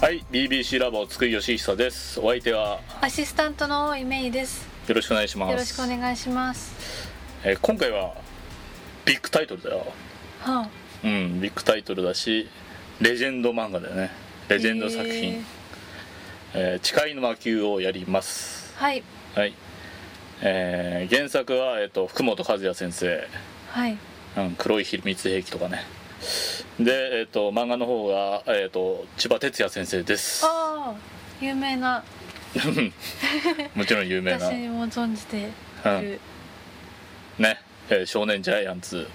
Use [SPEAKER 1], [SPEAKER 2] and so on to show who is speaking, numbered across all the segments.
[SPEAKER 1] はい、BBC ラボ津久井義久です。お相手は
[SPEAKER 2] アシスタントのイメイです。
[SPEAKER 1] よろしくお願いします。
[SPEAKER 2] よろしくお願いします。
[SPEAKER 1] えー今回はビッグタイトルだよ。
[SPEAKER 2] は
[SPEAKER 1] うん、ビッグタイトルだし、レジェンド漫画だよね。レジェンド作品、えー誓いの魔球をやります。
[SPEAKER 2] はい
[SPEAKER 1] はい。えー原作はえっ、と福本和也先生、
[SPEAKER 2] はい
[SPEAKER 1] うん、黒い秘密兵器とかね。で、えっ、と漫画の方がえっ、と千葉哲也先生です。
[SPEAKER 2] ああ有名な
[SPEAKER 1] もちろん有名な。
[SPEAKER 2] 私も存じている、
[SPEAKER 1] ね、えー少年ジャイアンツ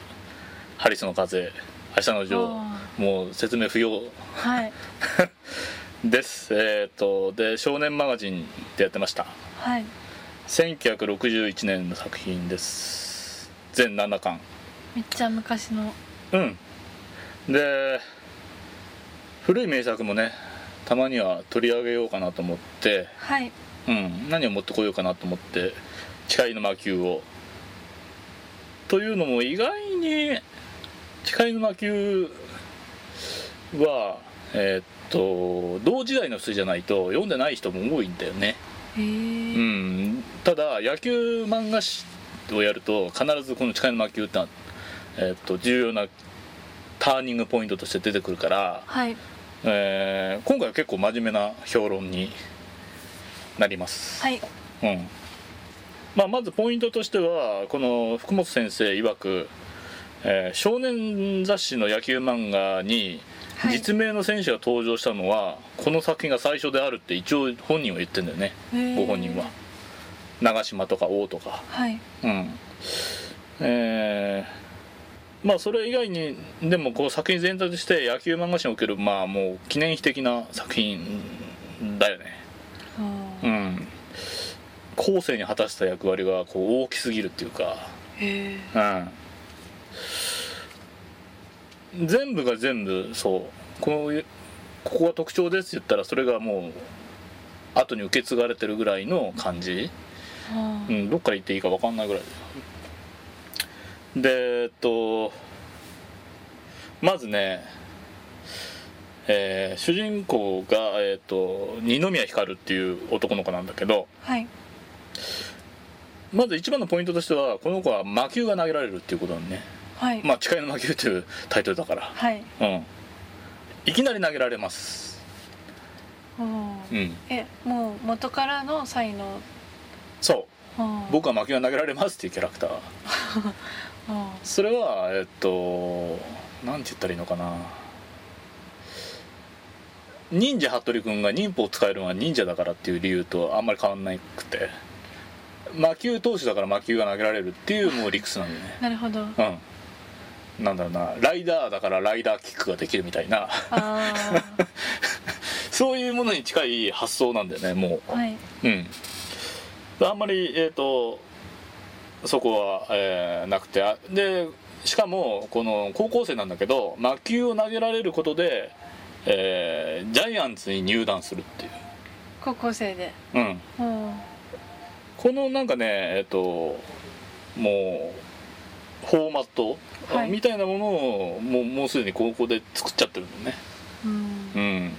[SPEAKER 1] ハリスの風明日のジョ
[SPEAKER 2] あ
[SPEAKER 1] ーもう説明不要
[SPEAKER 2] はい
[SPEAKER 1] ですえっ、とで少年マガジンでやってました
[SPEAKER 2] はい
[SPEAKER 1] 1961年の作品です全7巻
[SPEAKER 2] めっちゃ昔の
[SPEAKER 1] うんで古い名作もねたまには取り上げようかなと思って、
[SPEAKER 2] はい
[SPEAKER 1] うん、何を持ってこようかなと思って誓いの魔球をというのも意外に誓いの魔球はえーっと同時代の人じゃないと読んでない人も多いんだよね、
[SPEAKER 2] へえ
[SPEAKER 1] う、ん、ただ野球漫画誌をやると必ずこの誓いの魔球ってのは、えーっと重要なターニングポイントとして出てくるから、
[SPEAKER 2] はい
[SPEAKER 1] えー今回は結構真面目な評論になります
[SPEAKER 2] はい
[SPEAKER 1] うんまあ、まずポイントとしてはこの福本先生曰く、えー少年雑誌の野球漫画に
[SPEAKER 2] はい
[SPEAKER 1] 実名の選手が登場したのは、この作品が最初であるって一応本人は言ってんだよねご
[SPEAKER 2] ご
[SPEAKER 1] 本人は長嶋とか王とか
[SPEAKER 2] はい
[SPEAKER 1] うんえーまあそれ以外にでもこう作品全体として野球漫画史におけるまあもう記念碑的な作品だよね
[SPEAKER 2] あー
[SPEAKER 1] うん、後世に果たした役割がこう大きすぎるっていうか、
[SPEAKER 2] へえ
[SPEAKER 1] うん、全部が全部そうこういうここが特徴ですって言ったらそれがもう後に受け継がれてるぐらいの感じ、
[SPEAKER 2] あ
[SPEAKER 1] う
[SPEAKER 2] ー
[SPEAKER 1] ん、どっから言っていいか分かんないぐらいでえっとまずねえー主人公が、えっと二宮光っていう男の子なんだけど、
[SPEAKER 2] はい
[SPEAKER 1] まず一番のポイントとしてはこの子は魔球が投げられるっていうことなのね
[SPEAKER 2] はい、
[SPEAKER 1] まあ誓いの魔球というタイトルだから
[SPEAKER 2] はい
[SPEAKER 1] うんいきなり投げられます
[SPEAKER 2] あー
[SPEAKER 1] うん
[SPEAKER 2] えもう元からの才能
[SPEAKER 1] そう
[SPEAKER 2] あー
[SPEAKER 1] 僕は魔球が投げられますっていうキャラクター
[SPEAKER 2] あ
[SPEAKER 1] それはえっとなんて言ったらいいのかな忍者服部君が忍法を使えるのは忍者だからっていう理由とあんまり変わんなくて魔球投手だから魔球が投げられるっていうもう理屈なんだよね
[SPEAKER 2] ーなるほど
[SPEAKER 1] うんなんだろうなライダーだからライダーキックができるみたいな
[SPEAKER 2] あ
[SPEAKER 1] そういうものに近い発想なんだよねも
[SPEAKER 2] あはい、
[SPEAKER 1] ううんあんまりえっ、とそこは、えーなくてあでしかもこの高校生なんだけど魔球を投げられることで、えージャイアンツに入団するっていう
[SPEAKER 2] 高校生で
[SPEAKER 1] うん
[SPEAKER 2] うん
[SPEAKER 1] このなんかねえっ、ともうフォーマット、
[SPEAKER 2] はい
[SPEAKER 1] みたいなものをもうもうすでに高校で作っちゃってるのね
[SPEAKER 2] うん
[SPEAKER 1] うん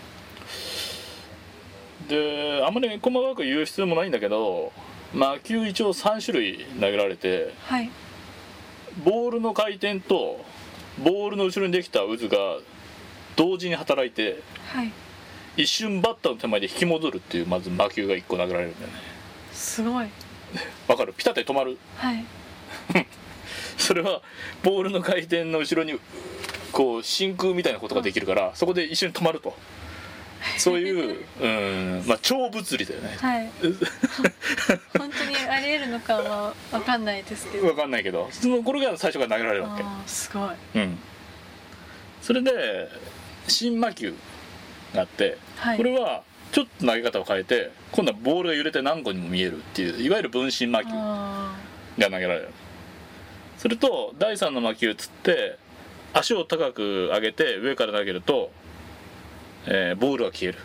[SPEAKER 1] であんまり細かく言う必要もないんだけど魔球一応3種類投げられて
[SPEAKER 2] はい
[SPEAKER 1] ボールの回転とボールの後ろにできた渦が同時に働いて
[SPEAKER 2] はい
[SPEAKER 1] 一瞬バッターの手前で引き戻るっていうまず魔球が1個投げられるんだよね
[SPEAKER 2] すごい
[SPEAKER 1] わかるピタッて止まる
[SPEAKER 2] はい
[SPEAKER 1] それはボールの回転の後ろにこう真空みたいなことができるからそこで一瞬止まるとそういう、うんまあ、超物理だよね
[SPEAKER 2] はい 本当にありえるのかはわかんないですけど
[SPEAKER 1] 分かんないけどそのこれが最初から投げられるわ
[SPEAKER 2] あーすごい
[SPEAKER 1] け、うん、それで新魔球があって、
[SPEAKER 2] はい
[SPEAKER 1] これはちょっと投げ方を変えて今度はボールが揺れて何個にも見えるっていういわゆる分身魔球
[SPEAKER 2] あ
[SPEAKER 1] が投げられるすると第3の魔球つって足を高く上げて上から投げると、えーボールが消える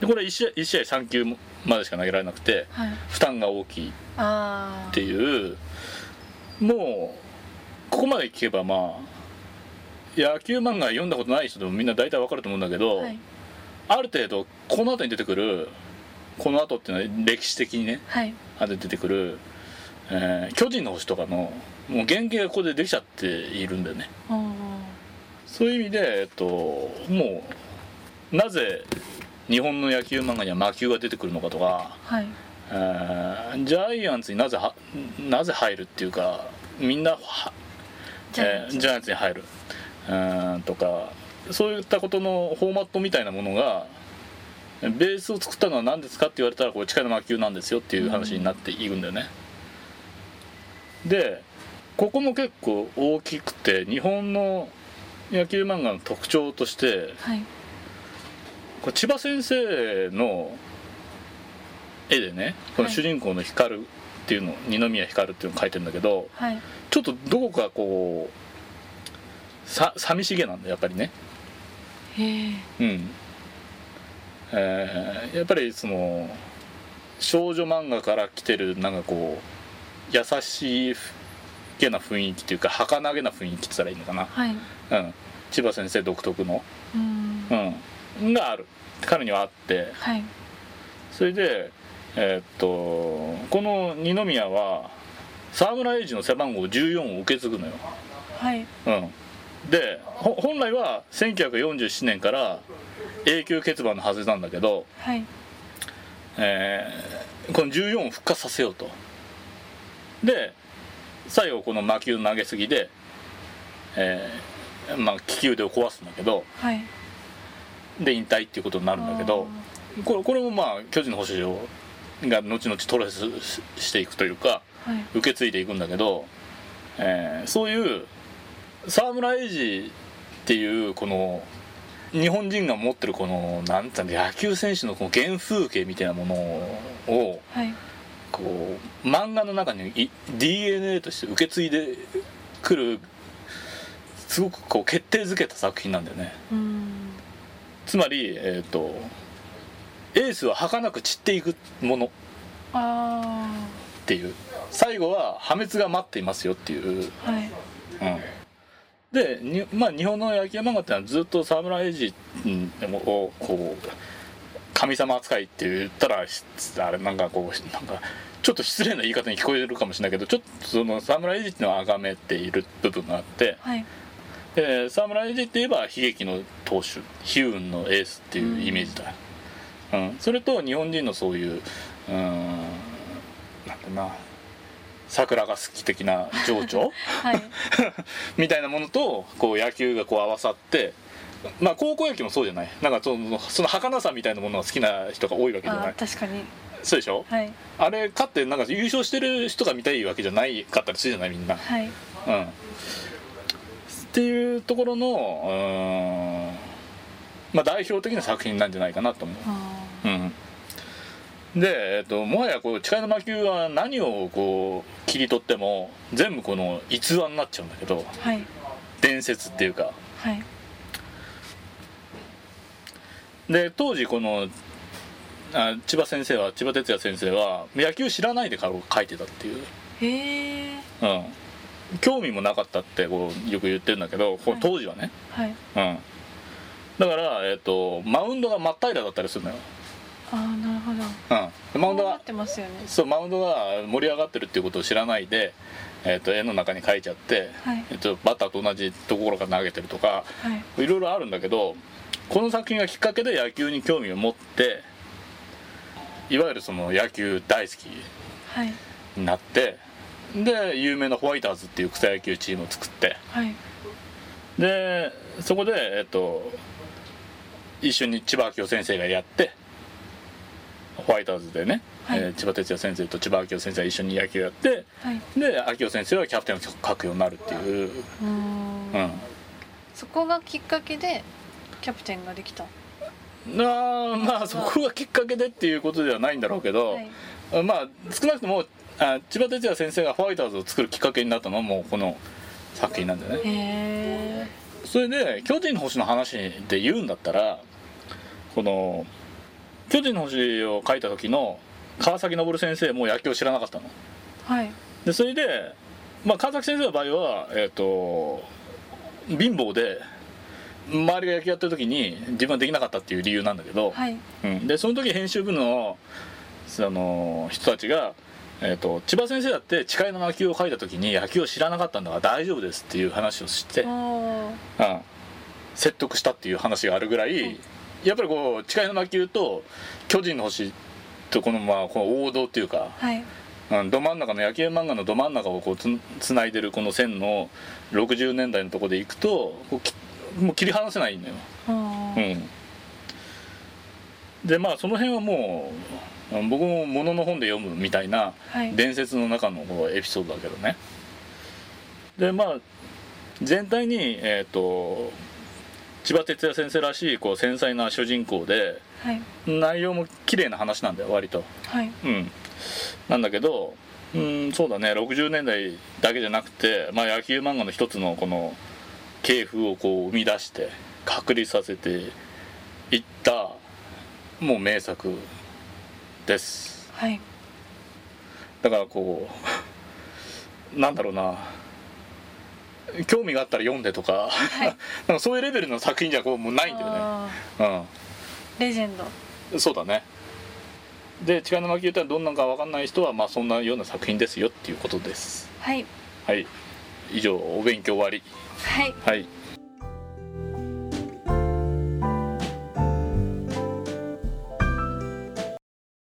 [SPEAKER 1] でこれ 1, 試合1試合3球までしか投げられなくて
[SPEAKER 2] ーはい
[SPEAKER 1] 負担が大きい
[SPEAKER 2] あ
[SPEAKER 1] っていうもうここまで聞けばまあ野球漫画読んだことない人でもみんな大体わかると思うんだけ
[SPEAKER 2] あ
[SPEAKER 1] ど、
[SPEAKER 2] はい
[SPEAKER 1] ある程度この後に出てくるこの後っていうのは歴史的にね
[SPEAKER 2] はい
[SPEAKER 1] あと出てくる、えー巨人の星とかのもう原型がここでできちゃっているんだよね
[SPEAKER 2] おー
[SPEAKER 1] そういう意味で、えっと、もうなぜ日本の野球漫画には魔球が出てくるのかとか、
[SPEAKER 2] はい
[SPEAKER 1] えージャイアンツになぜはなぜ入るっていうかみんなは
[SPEAKER 2] じゃあ、
[SPEAKER 1] えージャイアンツに入るうーんとかそういったことのフォーマットみたいなものがベースを作ったのは何ですかって言われたらこれ力の魔球なんですよっていう話になっていくんだよね。でここも結構大きくて日本の野球漫画の特徴として
[SPEAKER 2] はい
[SPEAKER 1] これ千葉先生の絵でねこの主人公の光るっていうの、二宮光るっていうのを描いてるんだけど
[SPEAKER 2] はい
[SPEAKER 1] ちょっとどこかこうさ寂しげなんだやっぱりね
[SPEAKER 2] へえ
[SPEAKER 1] うん、えーやっぱりその少女漫画から来てるなんかこう優しげな雰囲気というか儚げな雰囲気って言ったらいいのかな、
[SPEAKER 2] はい
[SPEAKER 1] うん、千葉先生独特の、
[SPEAKER 2] うん
[SPEAKER 1] うん、がある彼にはあって
[SPEAKER 2] はい
[SPEAKER 1] それでえーっとこの二宮は沢村栄治の背番号14を受け継ぐのよ
[SPEAKER 2] はい
[SPEAKER 1] うん、でほ本来は1947年から永久欠番のはずなんだけど、
[SPEAKER 2] はい
[SPEAKER 1] えーこの14を復活させようとで最後この魔球の投げすぎで、えーまあ、気球で壊すんだけど
[SPEAKER 2] はい
[SPEAKER 1] で引退っていうことになるんだけどこれこれもまあ巨人の星条が後々トレスししていくというか
[SPEAKER 2] あーはい
[SPEAKER 1] 受け継いでいくんだけど、えーそういう沢村栄治っていうこの日本人が持ってるこのなんていうの野球選手のこの原風景みたいなものを
[SPEAKER 2] はい
[SPEAKER 1] こう漫画の中にい DNA として受け継いでくるすごくこう決定づけた作品なんだよね
[SPEAKER 2] うん
[SPEAKER 1] つまりえっ、とエースは儚く散っていくものっ
[SPEAKER 2] あ
[SPEAKER 1] ていう最後は破滅が待っていますよっていう
[SPEAKER 2] あはい
[SPEAKER 1] うん、でに、まあ、日本の野球漫画ってのはずっと沢村栄治うんをこう神様扱いって言ったらしあれなんかこうなんかちょっと失礼な言い方に聞こえるかもしれないけどちょっとその沢村栄治っていうのを崇めている部分があって
[SPEAKER 2] はい
[SPEAKER 1] で沢村栄治って言えば悲劇の投手悲運のエースっていうイメージだ、うんそれと日本人のそういううんなんてな桜が好き的な情 緒
[SPEAKER 2] はい
[SPEAKER 1] みたいなものとこう野球がこう合わさってまあ高校野球もそうじゃないなんかそのその儚さみたいなものが好きな人が多いわけじゃな
[SPEAKER 2] あ
[SPEAKER 1] い
[SPEAKER 2] ー確かに
[SPEAKER 1] そうでしょ
[SPEAKER 2] はい
[SPEAKER 1] あれ勝ってなんか優勝してる人が見たいわけじゃないかったりするじゃないみんな
[SPEAKER 2] はい
[SPEAKER 1] うんっていうところのうーんまあ代表的な作品なんじゃないかなと思う
[SPEAKER 2] あ
[SPEAKER 1] うん、で、えっと、もはやこう誓いの魔球は何をこう切り取っても全部この逸話になっちゃうんだけど
[SPEAKER 2] ーはい
[SPEAKER 1] 伝説っていうか
[SPEAKER 2] はい
[SPEAKER 1] で当時このあ千葉先生は千葉哲也先生は野球知らないで書いてたっていう、
[SPEAKER 2] へえ
[SPEAKER 1] うん、興味もなかったってこうよく言ってるんだけどこう
[SPEAKER 2] はい
[SPEAKER 1] 当時はね、
[SPEAKER 2] はい
[SPEAKER 1] うん、だから、えっとマウンドが真っ平らだったりするのよ、
[SPEAKER 2] ああなるほど
[SPEAKER 1] うん、マウンド
[SPEAKER 2] こうな
[SPEAKER 1] が
[SPEAKER 2] ってますよね
[SPEAKER 1] そうマウンドが盛り上がってるっていうことを知らないで、えっと絵の中に書いちゃって、
[SPEAKER 2] はい
[SPEAKER 1] えっとバッターと同じところから投げてるとか
[SPEAKER 2] はい
[SPEAKER 1] いろいろあるんだけどこの作品がきっかけで野球に興味を持っていわゆるその野球大好き
[SPEAKER 2] はい
[SPEAKER 1] になってで有名なホワイターズっていう草野球チームを作って
[SPEAKER 2] はい
[SPEAKER 1] でそこで、えっと、一緒に千葉明夫先生がやってホワイターズでね、
[SPEAKER 2] はい
[SPEAKER 1] えー千葉哲也先生と千葉明夫先生が一緒に野球やって
[SPEAKER 2] はい
[SPEAKER 1] で明夫先生はキャプテンを書くようになるっていう、
[SPEAKER 2] うーん
[SPEAKER 1] うん、
[SPEAKER 2] そこがきっかけでキャプテンができた
[SPEAKER 1] あーまあそこがきっかけでっていうことではないんだろうけど、
[SPEAKER 2] はい
[SPEAKER 1] まあ少なくともあ千葉哲也先生がホワイターズを作るきっかけになったのはもうこの作品なんだよね
[SPEAKER 2] へえ
[SPEAKER 1] それで巨人の星の話で言うんだったらこの巨人の星を書いた時の川崎昇先生も野球を知らなかったの
[SPEAKER 2] はい
[SPEAKER 1] でそれで、まあ、川崎先生の場合はえっ、と貧乏で周りが野球やってる時に自分はできなかったっていう理由なんだけど、
[SPEAKER 2] はい
[SPEAKER 1] うん、でその時編集部のその人たちが、えーと「千葉先生だって誓いの野球を書いた時に野球を知らなかったんだから大丈夫です」っていう話をして、
[SPEAKER 2] お
[SPEAKER 1] うん、
[SPEAKER 2] お
[SPEAKER 1] 説得したっていう話があるぐらい、
[SPEAKER 2] うん
[SPEAKER 1] やっぱりこう誓いの野球と巨人の星とこのまあこの王道っていうか、
[SPEAKER 2] はい
[SPEAKER 1] うん、ど真ん中の野球漫画のど真ん中をこうつつないでるこの線の60年代のとこでいくとこうきもう切り離せないのよ。
[SPEAKER 2] おお、
[SPEAKER 1] うん、でまあその辺はもううん僕もものの本で読むみたいな
[SPEAKER 2] はい
[SPEAKER 1] 伝説の中のこうエピソードだけどね。でまあ全体に、えー、と千葉哲也先生らしいこう繊細な主人公で
[SPEAKER 2] はい
[SPEAKER 1] 内容も綺麗な話なんだよ割と。
[SPEAKER 2] はい
[SPEAKER 1] うん、なんだけど、うん、そうだね60年代だけじゃなくて、まあ、野球漫画の一つのこの系譜をこう生み出して確立させていったもう名作です
[SPEAKER 2] はい
[SPEAKER 1] だからこうなんだろうな興味があったら読んでとか,、
[SPEAKER 2] はい
[SPEAKER 1] なんかそういうレベルの作品じゃこうもうないんだよ
[SPEAKER 2] あ
[SPEAKER 1] ね、
[SPEAKER 2] ーレジェンド
[SPEAKER 1] うん、そうだねで「力の巻き歌」はどんなんか分かんない人は、まあ、そんなような作品ですよっていうことです
[SPEAKER 2] はい
[SPEAKER 1] はい以上お勉強終わり
[SPEAKER 2] はい
[SPEAKER 1] はい